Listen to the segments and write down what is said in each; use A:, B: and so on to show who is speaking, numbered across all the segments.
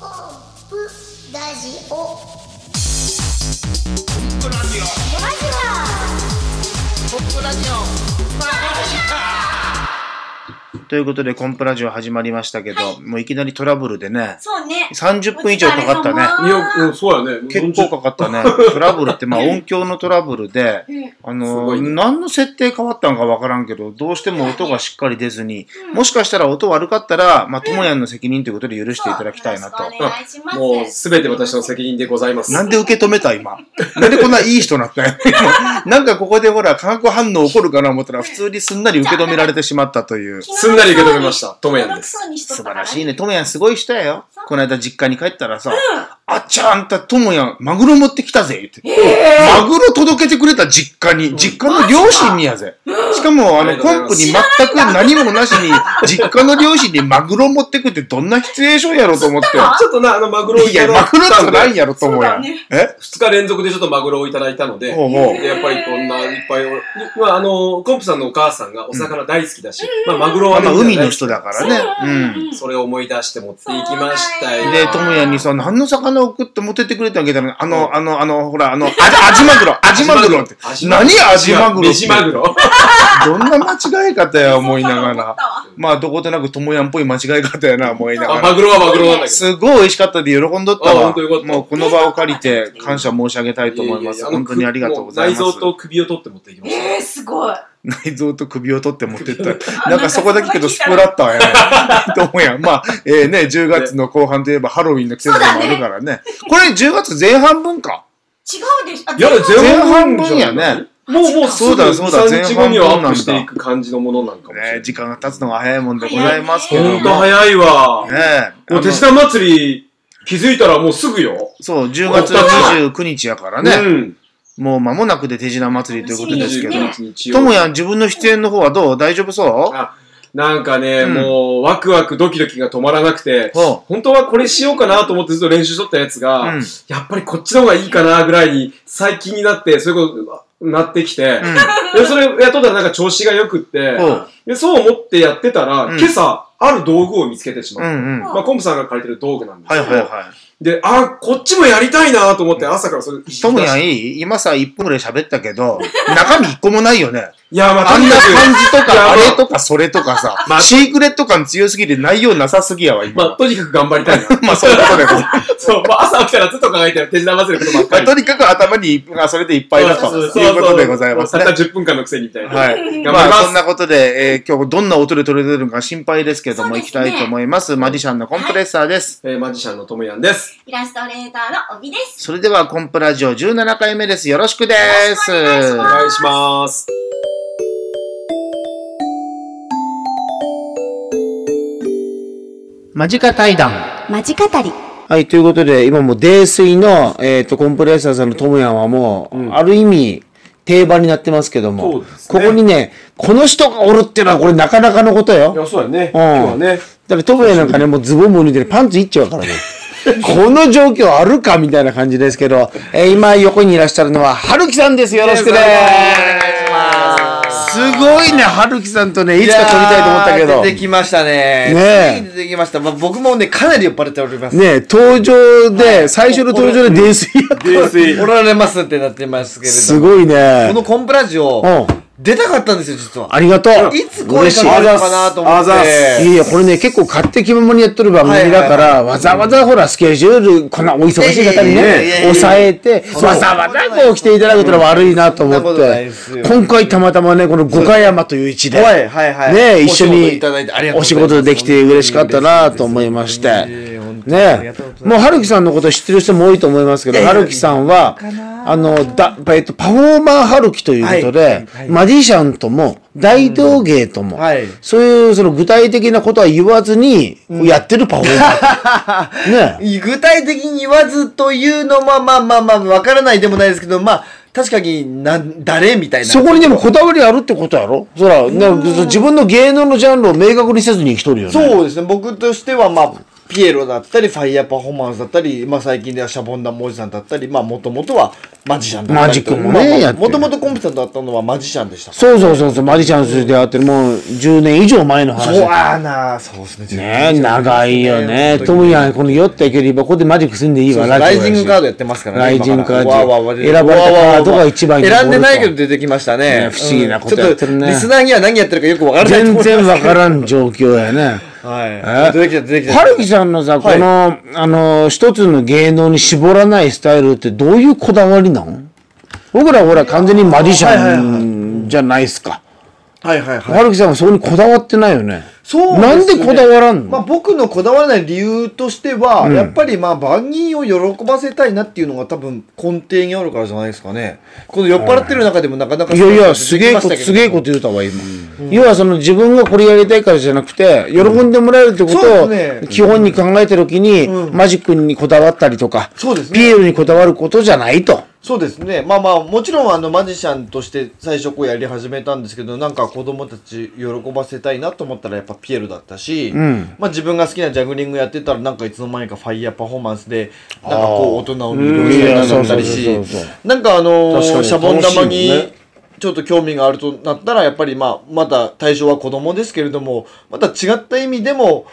A: ップラジオ
B: ポップラジオ
A: ラジ
B: ポップラジオ
C: ということで、コンプラジオ始まりましたけど、もういきなりトラブルでね、
D: そうね。
C: 30分以上かかったね。
E: いや、うん、そうやね。
C: 結構かかったね。トラブルって、 まあ音響のトラブルで、あ
E: す
C: の
E: ごいね
C: 何の設定変わったのかわからんけど、どうしても音がしっかり出ずに、もしかしたら音悪かったら、まあ、ともやんの責任ということで許していただきたいなと
D: そう。よろしくお願いします。
E: もう、すべて私の責任でございます。
C: なんで受け止めた今。なんでこんないい人になった よ。なんかここでほら、化学反応起こるかな思ったら、普通にすんなり受け止められてしまったという。
E: すんなり受け止めました。ともやんです。
D: す。
C: 素晴らしい
D: ね。
C: ね。ともやんすごい人やよ。この間実家に帰ったらさ、あっちゃんあんたともやん、マグロ持ってきたぜって。マグロ届けてくれた実家に、実家の両親にやぜ。しかも、あ
E: あ
C: の、
E: りがと
C: コ
E: う
C: ンプ
E: ござ
C: に
E: い
C: 全く何もなしに、実家の両親にマグロ持ってくってどんなシチュエーションやろうと思って。
E: ちょっとな、あの、マグロをい
C: いや、
E: ただ
C: マ
E: い
C: グロったて
E: ん
C: ない
E: で、
C: んやろともやん。
D: そうだね
C: え
E: 二日連続でちょっとマグロをいただいたので、
C: ほうほう。
E: でやっぱりこんないっぱいお、まあ、あの、コンプさんのお母さんがお魚大好きだし、まあ、マグロ
C: まあ
E: は
C: まあ、
E: みん
C: 海
E: な大
C: の
E: 好き
C: 人だからね。うん。
E: それを思い出して持っていきましたよ。
C: で、ともやにさ、何の魚を送って持ってってくれたわけだろあの、あの、あの、ほら、あの、あじマ グロ、アジマグロって。何や、アジマグロ
E: メ
C: って
E: ジ。マグロ。
C: どんな間違え方や、思い なが
D: そう
C: ら
D: だ。わ
C: まあ、どことなくともやんっぽい間違え方やな、思いな
E: あ
C: が
E: マ
C: ら。
E: グロはマグロなんだけど。
C: すごい美味しかったで喜んどった
E: あ
C: わ
E: 本当よかっ。た
C: もうこの場を借りて感謝申し上げたいと思いま
E: いやい
C: す。
E: やいや
C: 本当にありがとうございます。
E: 内臓と首を取って持っていきました。
D: えー、すごい。
C: 内臓と首を取って持ってった。なんかそこだけけどスプラッターやね。と思うやん。まあ、えーね、10月の後半といえばハロウィンの季節でもあるからね。これ10月前半分か。
D: 違うでしょ。あ
E: いや
D: 全部
C: 前
E: 全
C: 半分やね。
E: もう、もう、
C: そうだそうだ
E: 2、3日後にはアップしていく感じのものなんかもしれない。
C: ね、時間が経つのが早いもんでございますけ
E: ほ
C: ども。
E: ん
D: 本
E: と
C: ね
E: 早いわ。
C: え
E: もう手品祭り気づいたらもうすぐよ。
C: そう、10月29日やからね。
E: うん。
C: もう間もなくで手品祭りということですけど。
E: 29日
C: と
E: 曜
C: も
E: 日。
C: やん、自分の出演の方はどう大丈夫そう
E: なんかね、
C: うん
E: もうワクワクドキドキが止まらなくて、
C: ほ
E: 本当はこれしようかなと思ってずっと練習しとったやつ
C: う。
E: が、
C: うん。
E: やっぱりこっちの方がいいかなぐらいに最近になって、そういうことなってきて、 でそれやっとったらなんか調子が良くって
C: うん。、ほう。
E: でそう思ってやってたら、
C: うん
E: 今朝ある道具を見つけてしま
C: う
E: った。
C: んうん。は
E: まあ、コンプさんが借りてる道具なんで
C: い
E: すけ
C: はい
E: ど、
C: は
E: で、あ、こっちもやりたいなと思って朝からそれ、
C: い。ともやんいい今さ、1分ぐらい喋ったけど、中身1個もないよね。
E: いや、まあ、
C: あ
E: と
C: ん
E: に
C: な
E: か
C: 感じと
E: いや
C: か、
E: まあ
C: あれとか、それとかさ、シークレット感強すぎて内容なさすぎやわ、
E: く、まあ、
C: 今。
E: とにかく頑張りたいな。
C: まあ、そういうことでございます。
E: そう、まあ、朝起きたらずっと考えてる手品祭りのことばっ
C: ま
E: か
C: あ
E: り。
C: とにかく頭に、がそれでいっぱいだと
E: そうそう
C: いうことでございますね
E: た。った10分間のくせにみたいな。
C: はい。
E: 頑張り
C: ま
E: ま
C: あ、
E: す
C: そんなことで、えー今日どんな音で撮れてるのか心配ですけど
D: そ
C: も、
D: う
C: 行
D: で
C: き
D: すね
C: たいと思います。マジシャンのコンプレッサーです。
E: えーマジシャンのともやんです。
D: イラストレーターの帯です。
C: それでは、コンプラジオ17回目です。よろしくで
D: よろしくお願いし
C: す
D: ま
E: お。願いします。
C: 間近対談。
A: 間近たり
C: はい、ということで、今もう泥酔の、えっ、と、コンプレッサーさんのトムヤンはもう、ある意味、定番になってますけど
E: そ
C: も、
E: うです
C: こ
E: ね
C: こにね、この人がおるっていうのはこれなかなかのことよ。だ
E: や、そうやね。
C: うん今日は
E: ね。
C: からトムヤンなんかね、もうズボンも脱いでねパンツいっちゃうからね。この状況あるかみたいな感じですけど、えー今横にいらっしゃるのは、はるきさんです。よろしくで
E: お
C: ーす。すごいね、はるきさんとね、いつか撮りたいと思ったけ
F: いや
C: ど
F: ー。出てきましたね。
C: ねえ
F: ついに出てきました。まあ、僕もね、かなり酔っ払っております。
C: ね登場で、最初の登場で泥酔やった。
F: おられますってなってますけれども。
C: すごいね
F: こ。のコンプラジオ、
C: うん
F: 出たかったんですよ、実は。
C: ありがとう。
F: いつ声かけるのかなと思っ
E: 嬉しいあざっす
C: い
F: て。
C: やいや、これね、結構勝手気ままにやってる番組だから、
F: はいは
C: わざわざほら、スケジュール、こんなお忙しい方に
F: いやいや
C: ね、
F: いやいや
C: 抑えて、
F: う
C: わざわざこう来ていただくのは悪いなと思っ
F: そんなことな
C: て
F: いです、よ
C: 今回たまたまね、この五箇山という位置で、
F: はいはいはい
C: ね、一緒
F: お仕事
C: に
F: いただいてありがとう
C: お
F: ご
C: 仕
F: ざいます
C: 事できて嬉しかったなと思いまし
F: いえい
C: て
F: え本、当にあり
C: ね
F: がとうございま、す
C: もう春樹さんのこと知ってる人も多いと思いますけど、春樹さんは、あの、だ、えっと、パフォーマー春樹ということ
F: はいは
C: で
F: いは、い
C: マジシャンとも、大道芸とも
F: うんはい、
C: そういうその具体的なことは言わずに、やってるパフォーマ ー。ね。
F: 具体的に言わずというのは、まあまあまあ、わからないでもないですけど、まあ、確かに、なん、誰みたいな。
C: そこにでもこだわりあるってことやろそら、ね自分の芸能のジャンルを明確にせずに生きとるよね。
F: そうですね、僕としては、まあ、ピエロだったり、ファイヤーパフォーマンスだったり、まあ最近ではシャボン玉おじさんだったり、まあもともとはマジシャンだったり
G: マ
F: と。
G: ジックもねやって
F: もともとコンピタントだったのはマジシャンでした。
G: そうそうそうそう、マリちゃんスで会ってるもう10年以上前の話
F: そう、あーなー、そうですね。
G: ねえ、長いよね。
F: 本当
G: ト
F: に
G: ムヤン、この酔ったければ、ここでマジックすんでいい
F: そう
G: わ。
F: そうライジングカー
G: ド。
F: ドやってますからね。
G: ライジングカード
F: 今からわーわーわー
G: 選ばれたカードが一番に
F: 選んでないけど出てきました
G: ね
F: ね。
G: 不思議なことやってるね
F: うんちょっとリスナーには何やってるかよくわからないと
G: 全
F: 思います。
G: 然わからん状況やね。
F: はい。 出てきた、出てきた。
G: はるきさんのさ、こ
F: はい
G: の、あの、一つの芸能に絞らないスタイルってどういうこだわりなの僕らほら完全にマジシャンじゃないですか。
F: はいはいはい。
G: はるきさんはそこにこだわってないよね。
F: そう
G: なんでこだわらんの
F: まあ、僕のこだわらない理由としては、やっぱりまあ万人を喜ばせたいなっていうのが多分根底にあるからじゃないですかねこの酔っ払ってる中でもなかなか
G: いやいや、すげえこと、すげえことと言うたわ、今。要はその自分がこれやりたいからじゃなくて、喜んでもらえるってこ
F: そうです
G: とを
F: ね
G: 基本に考えたときに、マジックにこだわったりとか、
F: そうですね
G: ピエロにこだわることじゃないと。
F: そうですねまあまあもちろんあのマジシャンとして最初こうやり始めたんですけどなんか子供たち喜ばせたいなと思ったらやっぱピエロだったし、まあ、自分が好きなジャグリングやってたらなんかいつの間にかファイヤーパフォーマンスでなんかこう大人を魅了したいなと思ったり
G: うんい
F: し
G: やそうそうそう
F: なんかあのー
G: 確かに
F: シャボン
G: 楽しいも
F: 玉
G: んね
F: にちょっと興味があるとなったらやっぱりまあまた対象は子供ですけれどもまた違った意味でも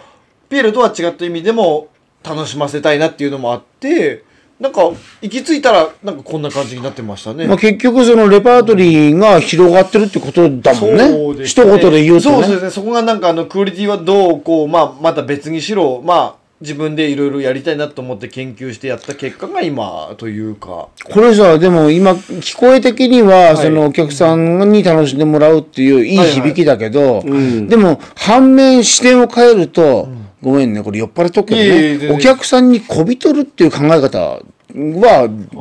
F: ピエロとは違った意味でも楽しませたいなっていうのもあってなんか行き着いたらなんかこんな感じになってましたね。
G: まあ、結局そのレパートリーが広がってるってことだもん
F: そう
G: ね。
F: です
G: 一言で言う
F: そ
G: と
F: うで
G: ね。
F: すねそこがなんかあのクオリティはどうこう、まあ、また別にしろ、まあ、自分でいろいろやりたいなと思って研究してやった結果が今というか
G: これさ、でも今、聞こえ的には、そのお客さんに楽しんでもらうっていういい響きだけど、でも、反面視点を変えると、ごめんね、これ酔っ払っとくけど
F: いえいえ全
G: ね、
F: 然
G: お客さんにこびとるっていう考え方は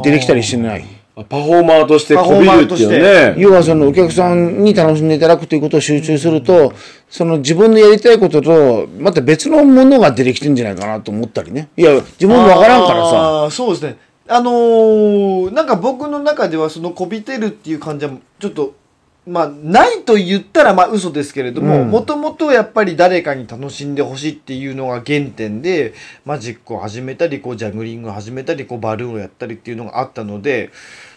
G: 出てきたりしてない。
E: パフォーマーとしてこびるっていう
F: パフォー
E: ね。
F: マ
G: 要はそのお客さんに楽しんでいただくということを集中すると、その自分のやりたいことと、また別のものが出てきてんじゃないかなと思ったりね。いや、自分もわからんからさ。
F: あーそうですねあのーなんか僕の中ではそのこびてるっていう感じはちょっとまあないと言ったらまあ嘘ですけれどももともとやっぱり誰かに楽しんでほしいっていうのが原点でマジックを始めたりこうジャグリングを始めたりこうバルーンをやったりっていうのがあったので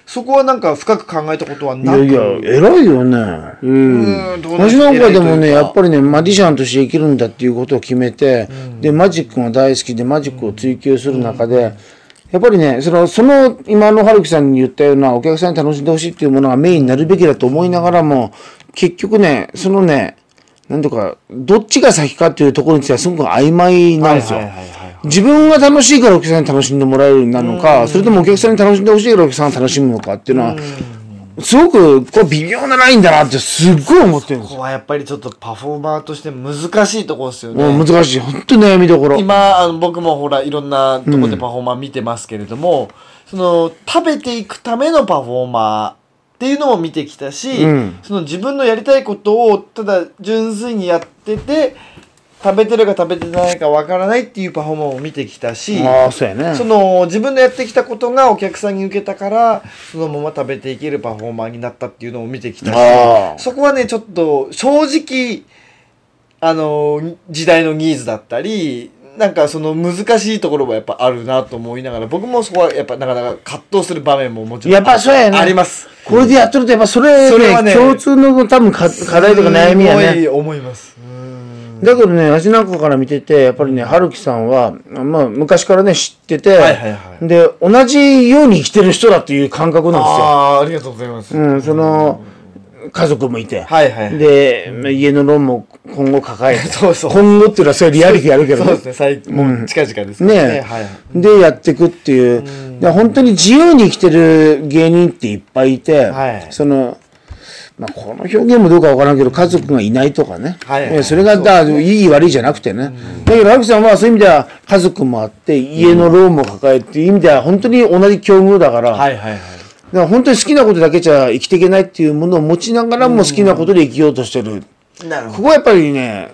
F: そこはなんか深く考えたことはなく
G: 偉いよね。
F: うんどう
G: 私なんかでもね、やっぱ
F: り
G: りね、マジシャンとして生きるんだっていうことを決めて、で、マジックが大好きで、マジックを追求する中で、やっぱりね、その、その、今の春樹さんに言ったような、お客さんに楽しんでほしいっていうものがメインになるべきだと思いながらも、結局ね、そのね、なんとか、どっちが先かっていうところについてはすごく曖昧なんですよ。自分が楽しいからお客さんに楽しんでもらえるようになるのか、それともお客さんに楽しんでほしいからお客さんが楽しむのかっていうのは、すごく、こう微妙なラインだなってすっごい思ってるんですよ
F: ここはやっぱりちょっとパフォーマーとして難しいところですよね
G: もう難しい。本当に悩みどころ。
F: 今あの僕もほらいろんなとこでパフォーマー見てますけれども、その食べていくためのパフォーマーっていうのも見てきたし、
G: うん
F: その自分のやりたいことをただ純粋にやってて食べてるか食べてないかわからないっていうパフォーマーも見てきたし。
G: ああ、そうやね。
F: その自分のやってきたことがお客さんに受けたからそのまま食べていけるパフォーマーになったっていうのを見てきたし
G: あー
F: そこはねちょっと正直あの時代のニーズだったりなんかその難しいところはやっぱあるなと思いながら僕もそこはやっぱなかなか葛藤する場面ももちろん
G: やっぱそうやね。
F: あります。
G: これでやっとると、やっぱそれ、ね、
F: それはね
G: 共通の多分か課題とか悩みや
F: すご
G: ね。
F: い思います
G: だけどね、私なんかから見てて、やっぱりね、春樹さんは、まあ、昔からね、知ってて、
F: はいはいはい
G: で、同じように生きてる人だっていう感覚なんですよ。
F: ああーありがとうございます、
G: うん、その、家族もいて。
F: はいはい
G: で、まあ家のローンも今後抱えて。
F: そうそう
G: 今後っていうのはそういうリアリティあるけど
F: そうですね最もう近々ですけど
G: ね
F: はいはい
G: でやっていくっていう、で本当に自由に生きてる芸人っていっぱいいて、
F: はい
G: その、まあ、この表現もどうかわからんけど家族がいないとかね、
F: はい
G: えーそれがだ、いい悪いじゃなくてね、だけどラクさんはそういう意味では家族もあって家のローンも抱えていう意味では本当に同じ境遇だから,、
F: はいはいはい
G: だから本当に好きなことだけじゃ生きていけないっていうものを持ちながらも好きなことで生きようとしてる、
F: なるほ
G: ここはやっぱりね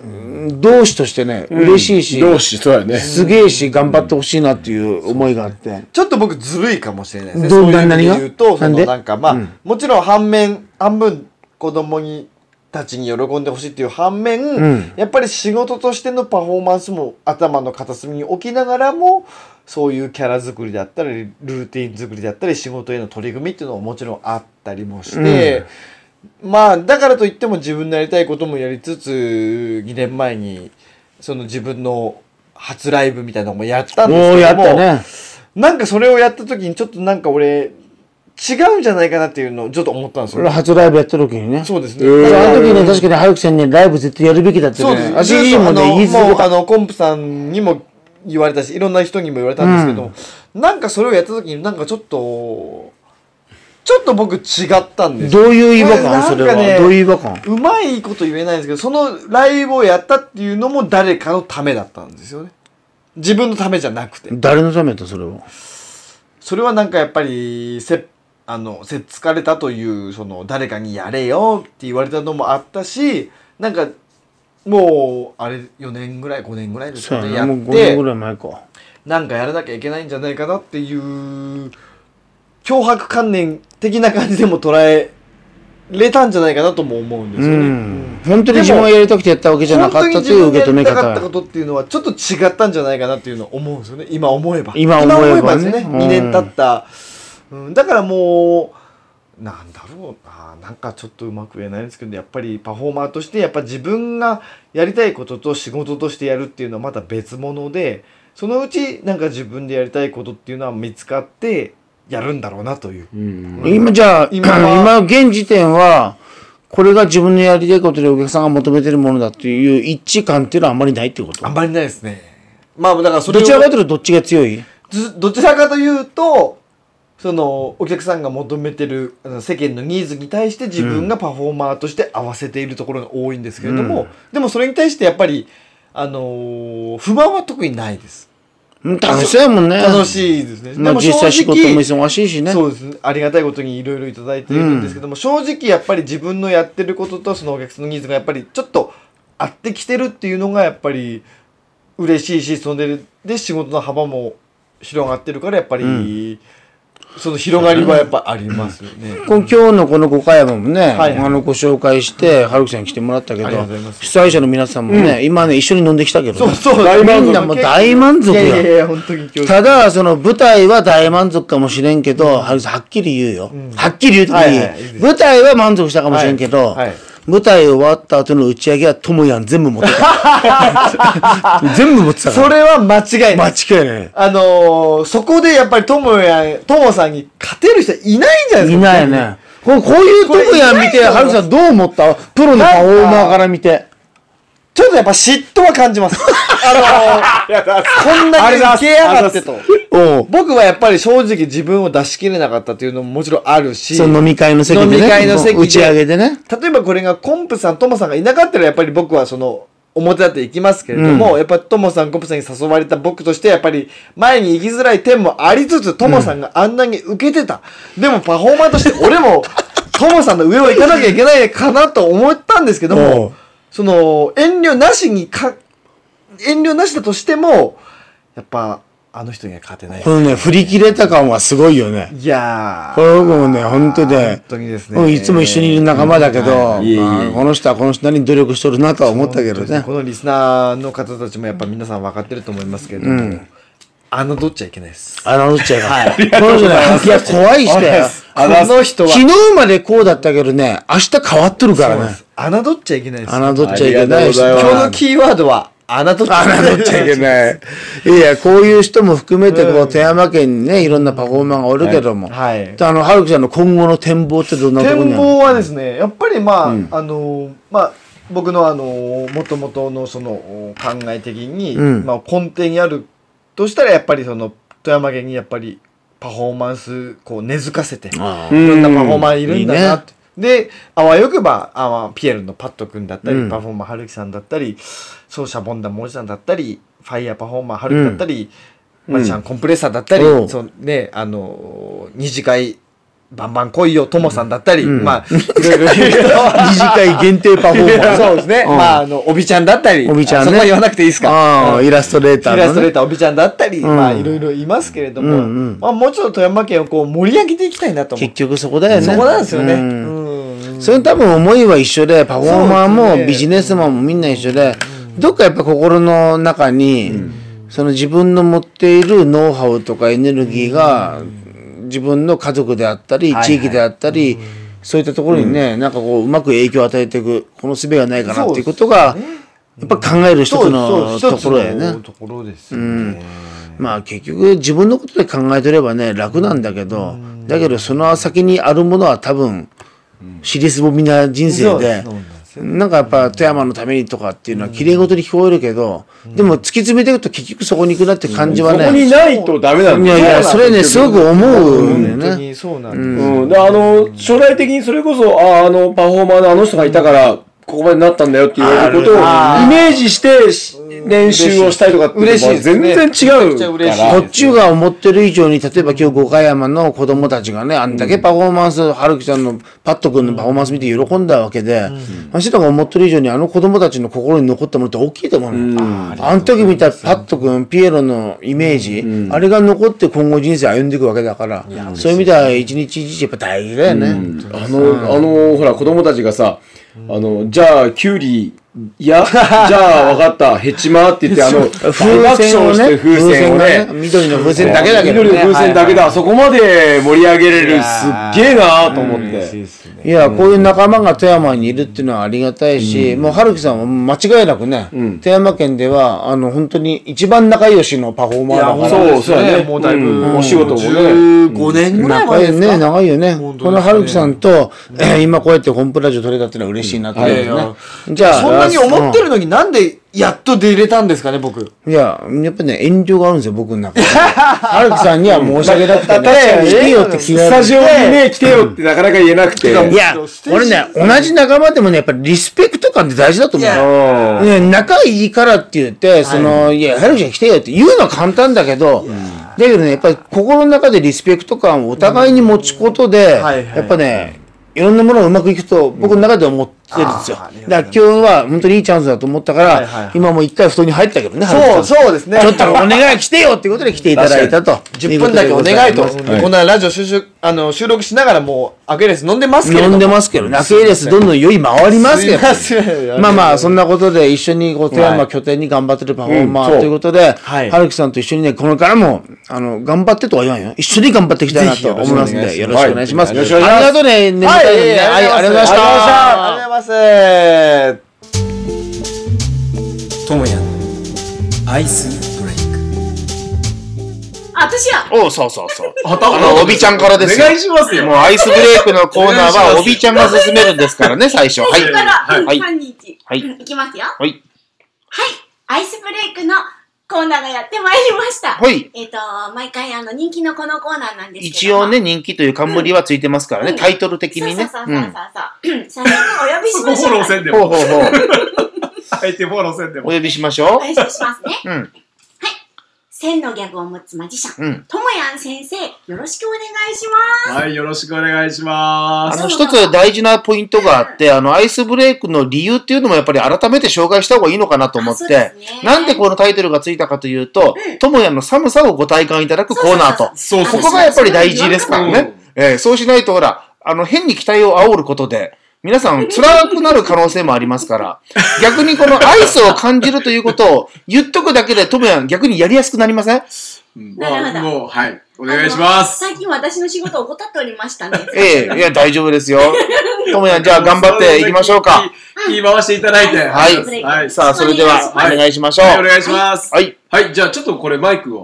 G: 同志としてね嬉しいし、
E: 同志、そうやね。
G: すげえし、頑張ってほしいなっていう思いがあって。
F: ちょっと僕ずるいかもしれないですね。
G: ど
F: そういう意味
G: 何
F: で
G: が
F: 言うと、そ
G: なんで
F: のなんかまあ、もちろん反面、半分子供にたちに喜んでほしいっていう反面、
G: ん
F: やっぱり仕事としてのパフォーマンスも頭の片隅に置きながらもそういうキャラ作りだったりルーティン作りだったり仕事への取り組みっていうのももちろんあったりもして、まあだからといっても自分のやりたいこともやりつつ2年前にその自分の初ライブみたいなのもやったんですけども
G: おーやったね。
F: なんかそれをやった時にちょっとなんか俺違うんじゃないかなっていうのをちょっと思ったんです
G: 俺
F: よ。
G: 初ライブやった時にね。
F: そうですね。
G: だ
F: だ
G: か
F: からら
G: あ
F: あ
G: の
F: の
G: 時
F: 時
G: ね、
F: に
G: 確かにハルクさんにライブ絶対やるべきだって
F: そうです
G: ね。
F: ね。
G: 私自身もね、言い
F: も
G: 続
F: う
G: け
F: あのコンプさんにも言われたし、いろんな人にも言われたんですけども、なんかそれをやった時になんかちょっとちょっと僕違ったんで
G: た。
F: すよ。
G: どういう違和感
F: こ
G: そ
F: れ
G: れ
F: なん
G: は。
F: か
G: どう
F: ね
G: いう違和感
F: うまいこと言えないんですけど、そのライブをやったっていうのも誰かのためだったんですよね。自分のためじゃなくて。
G: 誰のためだったそれは。
F: それはなんかやっぱりせあのせっつかれたというその誰かにやれよって言われたのもあったしなんかもうあれ4年ぐらい5年ぐらいです
G: そう
F: か
G: やな。
F: ねや
G: もう
F: っ
G: 5年
F: て
G: ぐらい前か。
F: なんかやらなきゃいけないんじゃないかなっていう脅迫観念的な感じでも捉えれたんじゃないかなとも思うんです
G: う
F: よね。
G: ん。本当に自分がやりたくてやったわけじゃなかったという受け止め
F: 本当に自分がやりたかったこ
G: 方。
F: とっていうのはちょっと違ったんじゃないかなっていうのを思うんですよね今思えば
G: 今思えばね
F: ですね、
G: うん
F: 2年経った、うん、だからもうなんだろうななんかちょっとうまく言えないですけどやっぱりパフォーマーとしてやっぱ自分がやりたいことと仕事としてやるっていうのはまた別物でそのうちなんか自分でやりたいことっていうのは見つかってやるんだろうなという、
G: 今じゃあ、
F: 今
G: 今
F: は
G: 現時点は、これが自分のやりたいことでお客さんが求めてるものだっていう一致感っていうのはあまりないってこと
F: あんまりないですねまあだからそれ
G: ど
F: を
G: ちらかというとどっちが強い
F: ずどちらかというとそのお客さんが求めてるあの世間のニーズに対して自分がパフォーマーとして合わせているところが多いんですけれども、でもそれに対してやっぱり、あのー不満は特にないです
G: うん楽しそうやもんね。
F: 楽しいですね、
G: まあ
F: 正
G: 実
F: 直
G: 際仕事も忙しいしね。
F: そうですねありがたいことにいろいろいただいているんですけども、正直やっぱり自分のやってることとそのお客さんのニーズがやっぱりちょっと合ってきてるっていうのがやっぱり嬉しいしそれで仕事の幅も広がってるからやっぱり、その広がりはやっぱありますよ ね。
G: この今日のこの5回山もね、
F: はい
G: あのご紹介して、はるきさんに来てもらったけど、
F: ありがとうございます
G: 主催者の皆さんもね、今ね、一緒に飲んできたけど、
F: そうそう
G: みんなもう大満足
F: いやいやい
G: や。
F: や本当に今日
G: ただ、その舞台は大満足かもしれんけど、はるきさんはっきり言うよ。はっきり言うときに、
F: はいはいいいです
G: 舞台は満足したかもしれんけど、
F: はいはい
G: 舞台終わった後の打ち上げはともやん全部持って た。全部持ってたから。
F: それは間違いな
G: 間
F: い。
G: 違いない。
F: あのーそこでやっぱりともやともさんに勝てる人いないんじゃないです
G: い
F: か。
G: ないね。こうこういうとこやん見
F: これいないと思い
G: て、
F: ます
G: はるきさんどう思ったプロのパフォーマーから見て。
F: ちょっとやっぱ嫉妬は感じ ます。あのー、こんなに受けやがってと。
G: おう
F: 僕はやっぱり正直自分を出し切れなかったっていうのももちろんあるし、
G: その飲み会の席でね。
F: 飲み会の席で
G: 打ち上げでね。
F: 例えばこれがコンプさん、トモさんがいなかったらやっぱり僕はその、表立って行きますけれども、やっぱりトモさん、コンプさんに誘われた僕として、やっぱり前に行きづらい点もありつつ、トモさんがあんなに受けてた。でもパフォーマーとして俺も、トモさんの上を行かなきゃいけないかなと思ったんですけど
G: おう
F: も、その、遠慮なしにか、遠慮なしだとしても、やっぱ、あの人には勝てない
G: こ。のね、振り切れた感はすごいよね。
F: いやー。
G: これ僕もね、本当で
F: 本、当にですね
G: うんいつも一緒にいる仲間だけど、あ
E: いえいえ
G: ーこの人はこの人なりに努力しとるなとは思ったけど
F: そうですね
G: ね
F: こ。のリスナーの方たちもやっぱ皆さん分かってると思いますけれども、あのどっちゃいけないです。
G: あの、うっちゃが。この人ね、いや、怖い人や。
F: あの人は
G: 昨日までこうだったけどね、明日変わっとるからね。
F: あのどっちゃいけないです。
G: 侮っちゃいけないし。
E: ありがとうございま
F: 今
E: す
F: 日のキーワードは、あなどっちゃいけない
G: 侮っちゃいけない。いや、こういう人も含めて、こう、富山県にね、いろんなパフォーマーがおるけども。
F: はい。
G: あの、はるきさんの今後の展望ってどんなところに
F: 展
G: あるの
F: 望はですね、やっぱりまあ、あの、まあ、僕のあの、もともとのそのお考え的に、
G: うん
F: まあ根底にあるとしたら、やっぱりその、富山県にやっぱりパフォーマンス、こう根付かせて、
G: あ
E: いろんな
F: パフォーマーいるんだなって。で、あわよくば、あまあピエールのパット君だったり、
G: うん
F: パフォーマーはるきさんだったり、そうシャボンダモジさんだったり、ファイヤーパフォーマーはるきだったり、マリちゃんコンプレッサーだったり、
G: おう
F: そうね、あのー、二次会、バンバン来いよ、ともさんだったり、
G: ん
F: まあ、いろいろ言うと
G: あ 二次会限定パフォーマー。
F: そうですね。
G: うん
F: まあ、あの、おびちゃんだったり、
G: おびちゃんね
F: そこは言わなくていいですか。
G: ああ、イラストレーター
F: イ
G: の、ね。
F: ラストレーターおびちゃんだったり、
G: ん
F: まあ、いろいろいますけれども、
G: うんうん
F: まあ、もうちょっと富山県をこう盛り上げていきたいなと思って
G: 結局そこだよね。
F: そこなんですよね。
G: うん
F: うん
G: それ多分思いは一緒でパフォーマー
F: そうです
G: も
F: ね
G: ビジネスマンもみんな一緒で、どっかやっぱ心の中に、その自分の持っているノウハウとかエネルギーが、自分の家族であったり、地域であったり、そういったところにね、なんかこう、うまく影響を与えていく、この術がないかなっていうことが、やっぱ考える一つのところやね。
F: ところですよね。
G: まあ結局自分のことで考えてればね楽なんだけどだけどその先にあるものは多分尻すぼみな人生で
F: そうなんですよ
G: なんかやっぱ富山のためにとかっていうのは綺麗事に聞こえるけどでも突き詰めていくと結局そこに行くなって感じは
E: そこに
G: ね
E: ないとダメなん
G: い
E: だよ
G: やいやそれねす
E: 結局
G: ごく思うん
F: 本
G: だよ
F: 当
G: ね
F: にそうなんですよ
E: うん、であの将来的にそれこそああのパフォーマーのあの人がいたからここまでなったんだよって言われることをイ
G: ある
E: メージしてし練習をしたりとかって
F: 嬉しい
E: まあ
F: ですね
E: 全然違う
F: ちゃ
E: か
F: 嬉しい
E: ら
G: こっちが思ってる以上に例えば今日五箇山の子供たちがねあんだけパフォーマンス春樹ちゃんのパット君のパフォーマンス見て喜んだわけで私らが思ってる以上にあの子供たちの心に残ったものって大きいと思うのあの時見たパット君ピエロのイメージあれが残って今後人生歩んでいくわけだからそういう意味では一日一日やっぱ大事だよね。
E: あの、あの、ほら、子供たちがさ、あの、じゃあ、キュウリ、いや、じゃあ、わかった、ヘチマって言って、あの、
G: 風
E: 大爆
G: 船を
E: 笑し
G: ね
E: て風船を
G: 風船が
E: ね、
G: ね緑の風船だけだけどね
E: 緑の風船だけで、あそこまで盛り上げれる、すっげえなと思っ
F: 嬉しい
E: て。
F: ですね
G: いや、こういう仲間が富山にいるっていうのはありがたいし、もう春樹さんは間違いなくね、富山県では、あの、本当に一番仲良しのパフォーマーだから。
E: そう、そうやね。
F: もうだいぶ
E: んお仕事もね。
F: 15年ぐらい
G: 長
F: 前で
G: い
F: すか
G: ね、長いよね。
F: 本当ですね
G: この春樹さんと、えー今こうやってコンプラジオ取れたっていうのは嬉しいなって思う
F: うんはい
G: よ
F: は
G: ね。じゃあ、
F: そんなに思って
G: る
F: るのになんでやっと出れたんですかね、僕。
G: いや、やっぱね、遠慮があるんですよ、僕の中で。春樹さんには申し訳なく てね、来てよって気
E: ス
G: が
E: タジオにね、来てよってなかなか言えなくて。
G: いや、俺ね、同じ仲間でもね、やっぱりリスペクト感って大事だと思うよ。
E: うん
G: ね、仲いいからって言って、その、い、や、ハルちゃん来てよって言うのは簡単だけど、だけどね、やっぱり心の中でリスペクト感をお互いに持ちことで、
F: はいはい
G: やっぱね、いろんなものがうまくいくと、僕の中では思ってるんですよ。
F: あーありがとうございます
G: だから今日は本当にいいチャンスだと思ったから、
F: いはいはい
G: 今もう一回布団に入ったけどね、ハル
F: そう、
G: ちゃん
F: そうですね。
G: ちょっとお 願い来てよっていうことで来ていただいたと。
F: 10分だけお願いと。
G: うことでござます
F: こんなラジオ収録、あの、収録しながらもう、アゲレス飲んでますけれど
G: 飲
F: も。
G: んでますけどね、アケイレスどんどん酔い回りますけど。
F: すいません
G: まあまあ、そんなことで一緒にこう富山拠点に頑張ってるパフォーマーということで、
F: はい
G: 春樹さんと一緒にね、これからも、あの、頑張ってとは言わんよ。一緒に頑張っていきたいな
F: ぜひ
G: と
F: よろ
G: 思
F: し
G: い
F: くお
G: ま
F: 願い
G: す
F: し
G: ん
F: ま
G: で、よ
F: す
G: ろしくお願いします。
E: よろしくお願いし
G: あ
E: ます
G: りがとうね、眠
F: は
G: たいのに
F: い、
G: ね。はい、ありがとうございまし
F: あ
G: た。
F: りがとうござい
D: あ私は
C: おうそうそう そう。
E: あ
C: あの、おびちゃんからです
E: お
C: よ
E: 願い。しますよ。
C: もうアイスブレイクのコーナーは、おびちゃんが進めるんですから ね、最初。は
D: 最初から、
C: い。はい。
D: 3、2、1、
C: はい
D: うんいきますよ。
C: はい。
D: アイスブレイクのコーナーがやってまいりました。
C: はい
D: えっ、と、毎回あの人気のこのコーナーなんですけ
C: 一
D: ども。
C: 応ね、人気という冠はついてますから
D: う
C: ね、
D: ん
C: タイトル的
D: そう
C: に
D: そう
C: ね。
D: そうそう
C: う
D: そ
C: ん。
D: う。社員をお呼びしましょう。
E: せんで
C: ほう。ほうほう。
E: 相手フォローせんで
C: お。呼びしましょ
D: お返ししますね。
C: う。うん。
D: 千のギャグを持つマジシャン、
C: うん
D: ともやん先生、よろしくお願いします。
E: はい、よろしくお願いしま
C: あの、
D: そう
C: 一
D: なの
C: つ大事なポイントがあって、あの、アイスブレイクの理由っていうのもやっぱり改めて紹介した方がいいのかなと思っ
D: あそうで
C: て
D: すね、
C: なんでこのタイトルがついたかというと、ともやの寒さをご体感いただくコーナーと。
E: そう
C: ここがやっぱり大事ですからね。えーそうしないと、ほら、あの、変に期待を煽ることで、皆さん辛くなる可能性もあります から、逆にこのアイスを感じるということを言っとくだけで、ともやん逆にやりやすくなりません
D: なるほど。
E: もう、はい。お
D: お
E: 願いします。
D: 最近私の仕事を怠っておりましたね。
C: ええいや、大丈夫です よ。ともやん、じゃあ頑張っていきましょうか。。
E: 言い回していただいて。
D: は
C: はい
D: い。
E: はい
C: さあ、それでは、お
E: はい
C: 願いしましょう。
E: はい、お願いします。
C: はい。
E: はい、じゃあちょっとこれマイクを。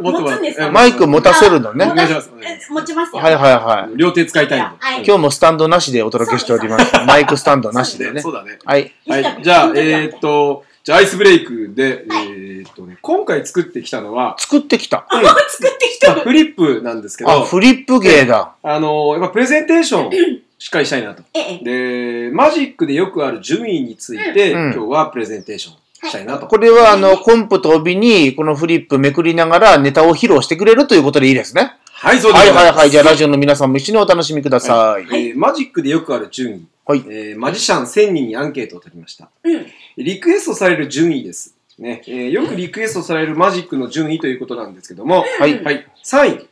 E: 持
D: 持つんですか
C: マイク持たせるのね。
E: お
C: は
E: 願いします
D: え持ちますよ。
C: いはいはい。
E: 両手使いたいんで。
D: はい。
C: 今日もスタンドなしでお届けしております。マイクスタンドなしでね
E: そ。うだね。
C: はい。
E: はい、じゃあ、えーっと、じゃあアイスブレイクで、えーっとね、今回作ってきたのは、
C: 作ってきた。
E: うん
D: 作ってき
E: ま
D: た
E: あフリップなんですけ
C: あ、
E: ど、
C: フリップ芸だ。
E: あの、やっぱプレゼンテーションをしっかりしたいなと。
D: ええ。
E: で、マジックでよくある順位について、
C: うん
E: 今日はプレゼンテーションしたいなと。
C: これはあの、コンプと帯に、このフリップめくりながらネタを披露してくれるということでいいですね。
E: はい、そうで
C: は
E: す。
C: いはいはい。じゃあラジオの皆さんも一緒にお楽しみください。
E: えーマジックでよくある順位、
C: はい
E: えーマジシャン1000人にアンケートを取りました。
D: うん。
E: リクエストされる順位です。ねえーよくリクエストされるマジックの順位ということなんですけども、
C: はい
E: はい、3位、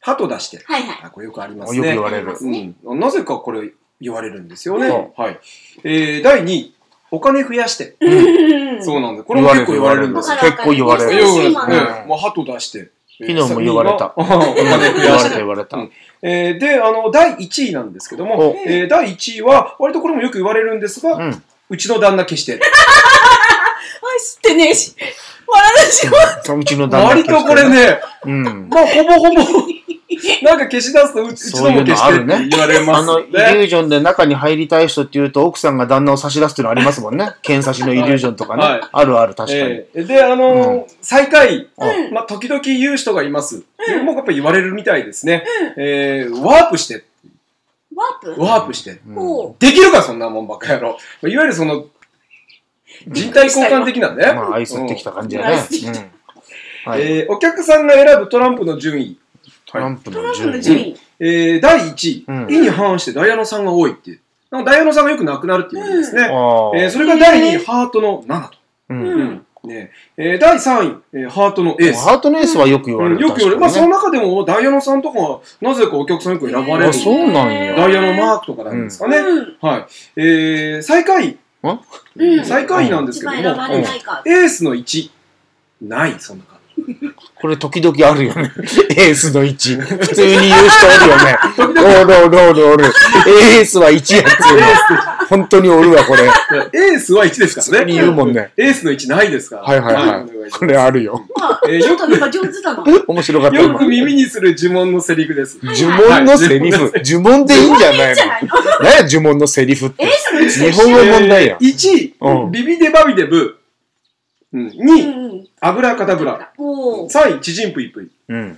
E: ハト出してる。
D: はいはい。
E: あこれよくあります
C: よく
E: ね
C: 言。われる。
E: うん、なぜかこれ、言われるんですよね。
C: うん
E: はい。えー、第2位、お金増やして。そうなんです。これも結構言われるんですよ。
C: 結構言われ
D: 言
C: る
D: わ
E: い
D: れ
E: や
D: る
E: 言われるん
C: わ
D: 言
E: です
C: れる
E: ね。もう鳩出して。昨
C: 昨日も言われた
E: お金増
C: 言
E: や
C: わ
E: し
C: れ
E: て
C: た。言われた。
E: うんえーで、あの、第1位なんですけども
C: お、
E: えー第1位は、割とこれもよく言われるんですが、う
C: うん
E: ちの旦那消して。
D: 愛してねえし、笑うし、
C: うちの旦那
E: 割とこれ。ね、
C: うん。
E: まあ、ほぼほぼ、 なんか消し出すと、ううち
C: そ
E: の
C: うい
E: も
C: うの
E: 消し
C: あ
E: てっ
C: るね
E: て言われま
C: あ
E: す
C: の、イリュ
E: ね。
C: ージョンで中に入りたい人っていうと、奥さんが旦那を差し出すっていうのありますもんね。剣差しのイリュージョンとかね。
E: はい
C: あるある、確かに。
E: えーで、あのー最下位、
C: う
E: まあ、時々言う人がいます。もうやっぱり言われるみたいですね。えーワープして、
D: ワープ
E: ワープして。
D: おう
E: できるか、そんなもんばっかやろ。いわゆるその、人体交換的なね。
C: まあ、愛すってきた感じだ
D: うん
C: ね
D: 愛す。
C: うん。はい。
E: えーお客さんが選ぶトランプの順位、
C: トランプの
D: その
C: 順
D: 順
C: 位。
D: 位。
E: えー第1位、
C: うん
E: 意に反してダイヤのさんが多いっていうなんかダイヤのさんがよくなくなるっていうんですね、
C: ああ
E: えーそれが第2位、ハートの7と、
C: うん。
E: ねえー第3位、えーハートのエース
C: ハートのエースはよく言わ
E: う
C: れ
E: ん
C: る。
E: よく言われる、
C: 確
E: ま
C: か
E: あ、
C: にね
E: その中でもダイヤのさんとかはなぜかお客さんよく選ばれる
C: あそうなんや
E: ダイヤのマークとかなんですかね、
D: うん
E: はいえー最下位
D: うん
E: 最下位なんです
D: 一
E: けども、
D: 番選ばれないか。
E: エースの1ないそんな感じ
C: これ時々あるよね。エースの1。普通に言う人おるよね。おるおるおるおる。エースは1やっつうの。本当におるわ、これ。
E: エースは1ですから
C: 普通に
E: ね
C: 言うもんね
E: エースの1ないですから
C: はいはいはい
E: お願します
C: これあるよ。
D: まあ
E: えー
D: ちょ
E: よ
D: っと
E: く
D: なんか上手だな。
C: 面白かった。
E: よ
C: 今
E: く耳にする呪文のセリフです。
C: 呪文のセリ
E: はい
C: フ。呪文でいいんじゃな
D: え
C: い
D: じゃない
C: の
D: の
C: 何や、呪文のセリフって。
D: えその
C: 日本語問題や。
E: 1
C: う
E: 位、
C: ん
E: ビビデバビデブ。うん
D: う
E: 2位、
D: んうん。
E: アブラカダブラ。
D: おう
E: 3位、チジンプイプイ。
C: うん。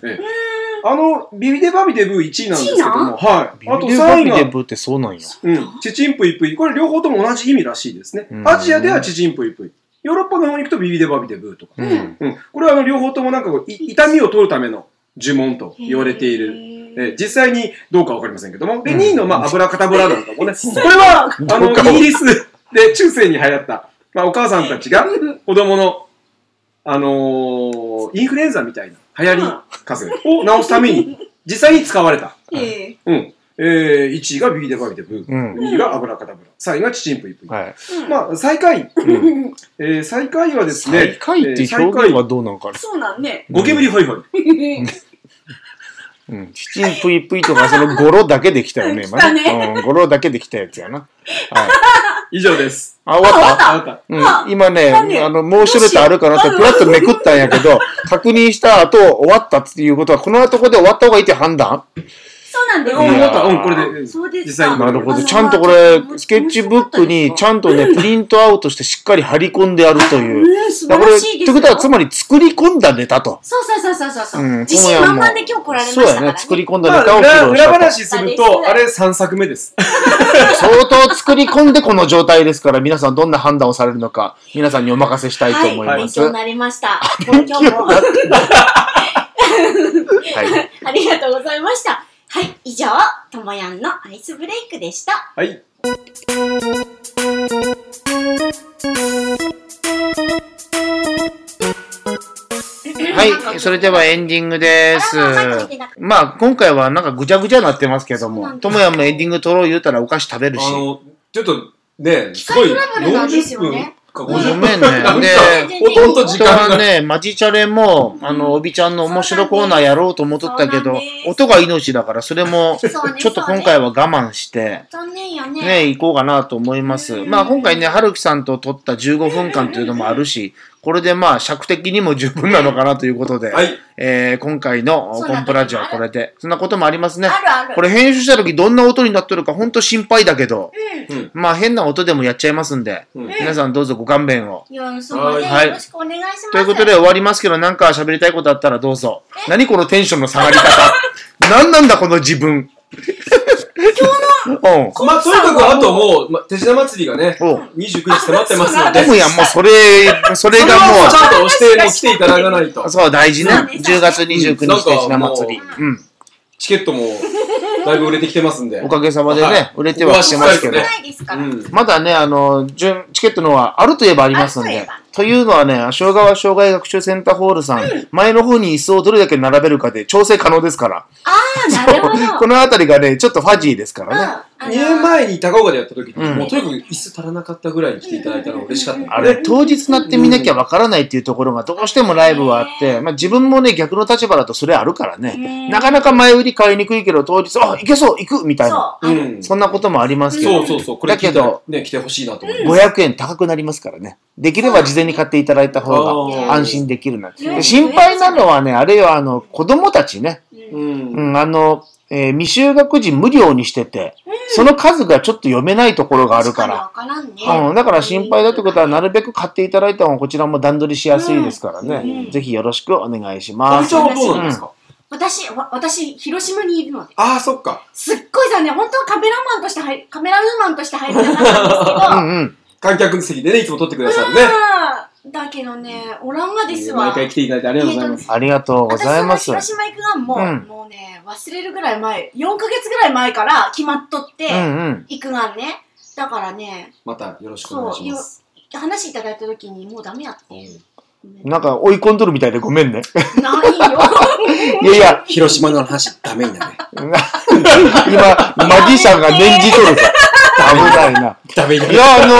E: あの、ビビデバビデブ1位なんですけ
D: 一
E: ど
D: 位な
E: も、はい。
C: ビ
E: あと
C: ビデバ
E: 3位
C: ビデ
E: が、
C: ブってそうなんや。
E: うん、チチンプイプイ。これ両方とも同じ意味らしいですね
C: う。ん
E: アジアではチチンプイプイ。ヨーロッパの方に行くとビビデバビデブとか。
C: うん。
E: うん。これはあの両方ともなんかこう、い痛みを取るための呪文と言われている。えー実際にどうかわかりませんけども。で、
C: うん
E: 2位の、まあ、油かたぶらなんかも ね、これは、あ
C: どうか
E: の、イギリスで中世に流行った、まあ、お母さんたちが子供の、あのーインフルエンザみたいな流行り風邪を治すために、実際に使われた。
D: え
E: うん。えー、1位がビビデバビデブ、
C: うん。
E: 2位が油かたぶら、3位がチチンプイプイ。
C: はい。
E: まあ、最下位、
D: え
E: えー最下位はです
C: 最
E: ね、
C: 下位っ
E: えー
C: て
E: 最
C: 表現
E: 下
C: は
E: 位
C: どうなんかね。
D: そうなんね。
E: ゴキブリホイホイ。
C: うん。チチンプイプイとか、その語呂だけできたよね、今
D: 来た
C: ね。うん。語呂だけできたやつやな。はい。
E: 以上です。
C: あ、終わった
E: あなた。
C: うん、今ね、
D: 何
C: あの、もうシュレットあるかなって、
D: どうし
C: プ
D: よ
C: ラ
D: う
C: ッとめくったんやけど、 確認した後、終わったっていうことは、このとこで終わった方がいいって判断
D: そうなんだ
E: うん終わ
D: よ。
E: ったうん、これで。
D: そうですか
E: 実際に
C: なるほ
D: あ
C: ど。
D: の
C: ちゃんとこれ、スケッチブックに、ちゃんとね、プリントアウトしてしっかり張り込んであるという。
D: うん、素
C: だ
D: 晴
C: からこ
D: ら
C: れ、
D: し
C: と
D: いで
C: い
D: す
C: うこ
D: よ。
C: とは、つまり作り込んだネタと。
D: そうそうそうそうそう。
C: うん
D: 自信満々で今日来られまし
C: そ
D: た
C: う
D: から、ね。
C: やね。作り込んだ
E: まあ
C: ネタを披
E: 裏
C: 露した
E: 裏
C: と。
E: 話すると、あれ3作目です。
C: 相当作り込んでこの状態ですから、皆さんどんな判断をされるのか、皆さんにお任せしたいと思い
D: はい、
C: ま
D: 勉
C: す。
D: 強に
C: は
D: なりました。今日も
C: い。
D: ありがとうございました。はい、以上、ともやんのアイスブレイクでした。
E: はい。
C: はい。それではエンディングです。
D: あらまだ聞いてなかっ
C: まあ、今回はなんかぐちゃぐちゃなってますけど
D: そうな
C: も、
D: んです
C: ともやもエンディング取ろう言うたらお菓子食べるし。
E: あ
C: ご
E: の、ちょっとね、すご
D: 械ト
E: い
D: ラブルなんですよね
E: 40分か
C: めん
E: 50分。
C: ね。
D: 全
C: で、
D: 然
E: ほとんど時
C: 人
E: 間
C: は
E: が。
C: ね、マジチャレも、あの、おびちゃんの面白コーナーやろうと思っとったけ
D: そうな
C: ど
D: んです、
C: 音が命だから、それも、ち
D: そうね
C: ょっと今回は我慢して、
D: 残念よね。
C: ね、行こうかなと思います。まあ今回ね、春樹さんと撮った15分間というのもあるし、これでまあ尺的にも十分なのかなということで、
E: はい
C: えー今回の
D: そん
C: コ
D: な
C: ンプラジオはこれで、そんなこともありますね。
D: あるある
C: これ編集した時どんな音になってるか本当心配だけど、
E: うん
C: まあ変な音でもやっちゃいますんで、皆さんどうぞご勘弁を。
D: よろしくお願いし
C: はい
D: ます。と
C: ということで終わりますけど、なんか喋りたいことあったらどうぞ。何このテンションの下がり方。何なんだこの自分。今日の。うん。
E: まあ、とにかくあともう、まあ手品祭りがね、
C: お
E: 29日迫ってますの
C: で
E: で、
C: もやんもうそれ、それ
E: それ
C: が
E: はち
C: も
E: ゃんと押して、もう来ていただかないと
C: う、。そう、大事ね
D: そうね。
C: 10月29
E: うんなん
C: 日、
E: か
C: 手品祭り。うん。
E: チケットも、だいぶ売れてきてますんで。
C: おかげさまで
E: はい
C: ね、売れてはしてますけ
E: ここ
C: ど
E: はしっ。
D: ないですか
E: う
D: ら。
E: ん。
C: まだね、あの、順チケットの方はあるといえばありますん
D: あるといえ
C: で
D: ば、
C: というのはね、昭川障害学習センターホールさん、前の方に椅子をどれだけ並べるかで調整可能ですから。
D: あ、なるほど。
C: このあたりがね、ちょっとファジーですからね。
D: う
E: 2
D: ん
E: 年前に高岡でやった時に、
C: うん
E: もうとにかく椅子足らなかったぐらいに来ていただいたのが嬉しかったんで
C: あれ、当日なって見なきゃわからないっていうところがどうしてもライブはあって、まあ自分もね、逆の立場だとそれあるからね、
D: うん
C: なかなか前売り買いにくいけど、当日、あ、行けそう、行くみたいな、
D: そうう。
E: ん、そ
C: そんなこともありますけど、
E: うそうそう、これ聞いたらね、来てほしいなと思います。
C: 500円高くなりますからね。できれば事前に買っていただいた方
E: あ
C: が
E: ー
C: 安心できるな。
D: うん
C: 心配なのはね、あれはあの、子供たちね。
E: うん
C: うん、あの、えー未就学児無料にしてて、その数がちょっと読めないところがあるから。
D: 確にわからんね。
C: うん、だから心配だってことは、なるべく買っていただいた方がこちらも段取りしやすいですからね。
D: うん
C: ぜひよろしくお願いし
E: か
C: ま
E: み
C: す。
E: ちゃんはどうなんですか、
D: 私、わ私、広島にいるので。
E: ああ、そっか。
D: すっごい残念。本当はカメラマンとして入、カメラウーマンとして入りたかった
C: うん
D: です
C: んうん。
E: 観客席でね、いつも撮ってくださるね。
D: けど。うん。だけどね、おらんがですわ。
E: 毎回来ていただいてありがとうございます。
C: ありがとうご
D: 私
C: ざいます
D: そ。の広島行くがんも、
C: うん
D: もうね、忘れるぐらい前、4ヶ月ぐらい前から決まっとって、
C: うんうん。
D: 行くがんね。だからね、
E: またよろしくお願いします。
D: 話いただいた時にもうダメ やって。
C: なんか追い込んどるみたいでごめんね。
D: ないよ。
C: いやいや、
E: 広島の話、ダメになるね。
C: 今、マジシャンが念じと るから。危ないな。
E: ダメにないる。
C: や、あの、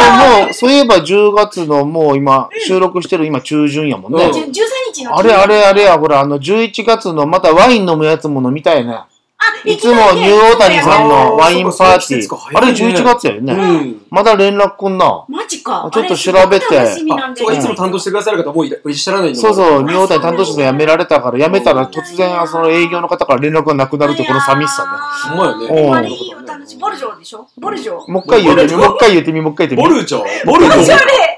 C: もう、そういえば10月のもう今、収録してる今中旬やもんね。
E: うん
D: 13日の
C: あれあれあれや、ほら、あの、11月のまたワイン飲むやつも飲みたいね。
D: あ
C: いつもニューオータニさんのワインパ
E: あ
C: ー
E: ー
C: ティ
E: そうかそう
C: ー。
E: か
C: あれ
E: 季節が早いね
C: 11月やよね。
E: うん。
C: まだ連絡こんな。
D: マジか。
C: ちょっと
D: あれ
C: 調べて
D: すごい楽しみなんだ
E: そ
D: よ
E: う
D: ね
E: いつも担当してくださる方もういらっしゃらないの
C: そうそう、
D: あ
C: ニューオータニ担当者さん辞められたから、辞めたら突
D: そうなん
C: 然、
D: や
C: その営業の方から連絡がなくなるってこの寂しさ
E: ほんまよね
C: うん
D: あまりいいお楽しみ。ボルジョーでしょボルジョー。
C: ね。もう一回言うてみ、もう一回言うてみ、もう一回言
E: ボ
C: うてみ。
E: ルジョーボルジョー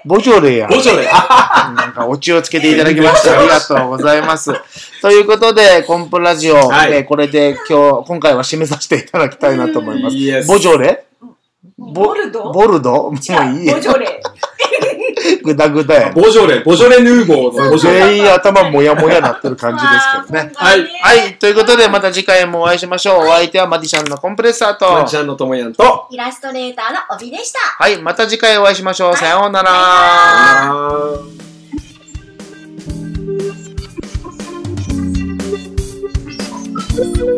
C: ボジョレや。
E: ボジョレあ
C: なんか、オチをつけていただきまして、ありがとうございます。ということで、コンプラジオ、
E: はい
C: えーこれで今日、今回は締めさせていただきたいなと思いま
E: うんイエ
C: す。
E: ス
C: ボジョレ
D: ボルド
C: ボルドもういい
D: 違う、
C: や
D: ボ。ジョレ。
C: グダグダや。
E: ボジョレ、ボジョレヌーボーのボジョレ。
C: 全員頭もやもやなってる感じですけどね。
D: あー。本当にね
C: はい、ということで、また次回もお会いしましょう。お相手はマディシャンのコンプレッサーと。
E: マジシャンのともやんと。
D: イラストレーターの帯でした。
C: はい、また次回お会いしましょう。さようなら。
E: あー
A: 「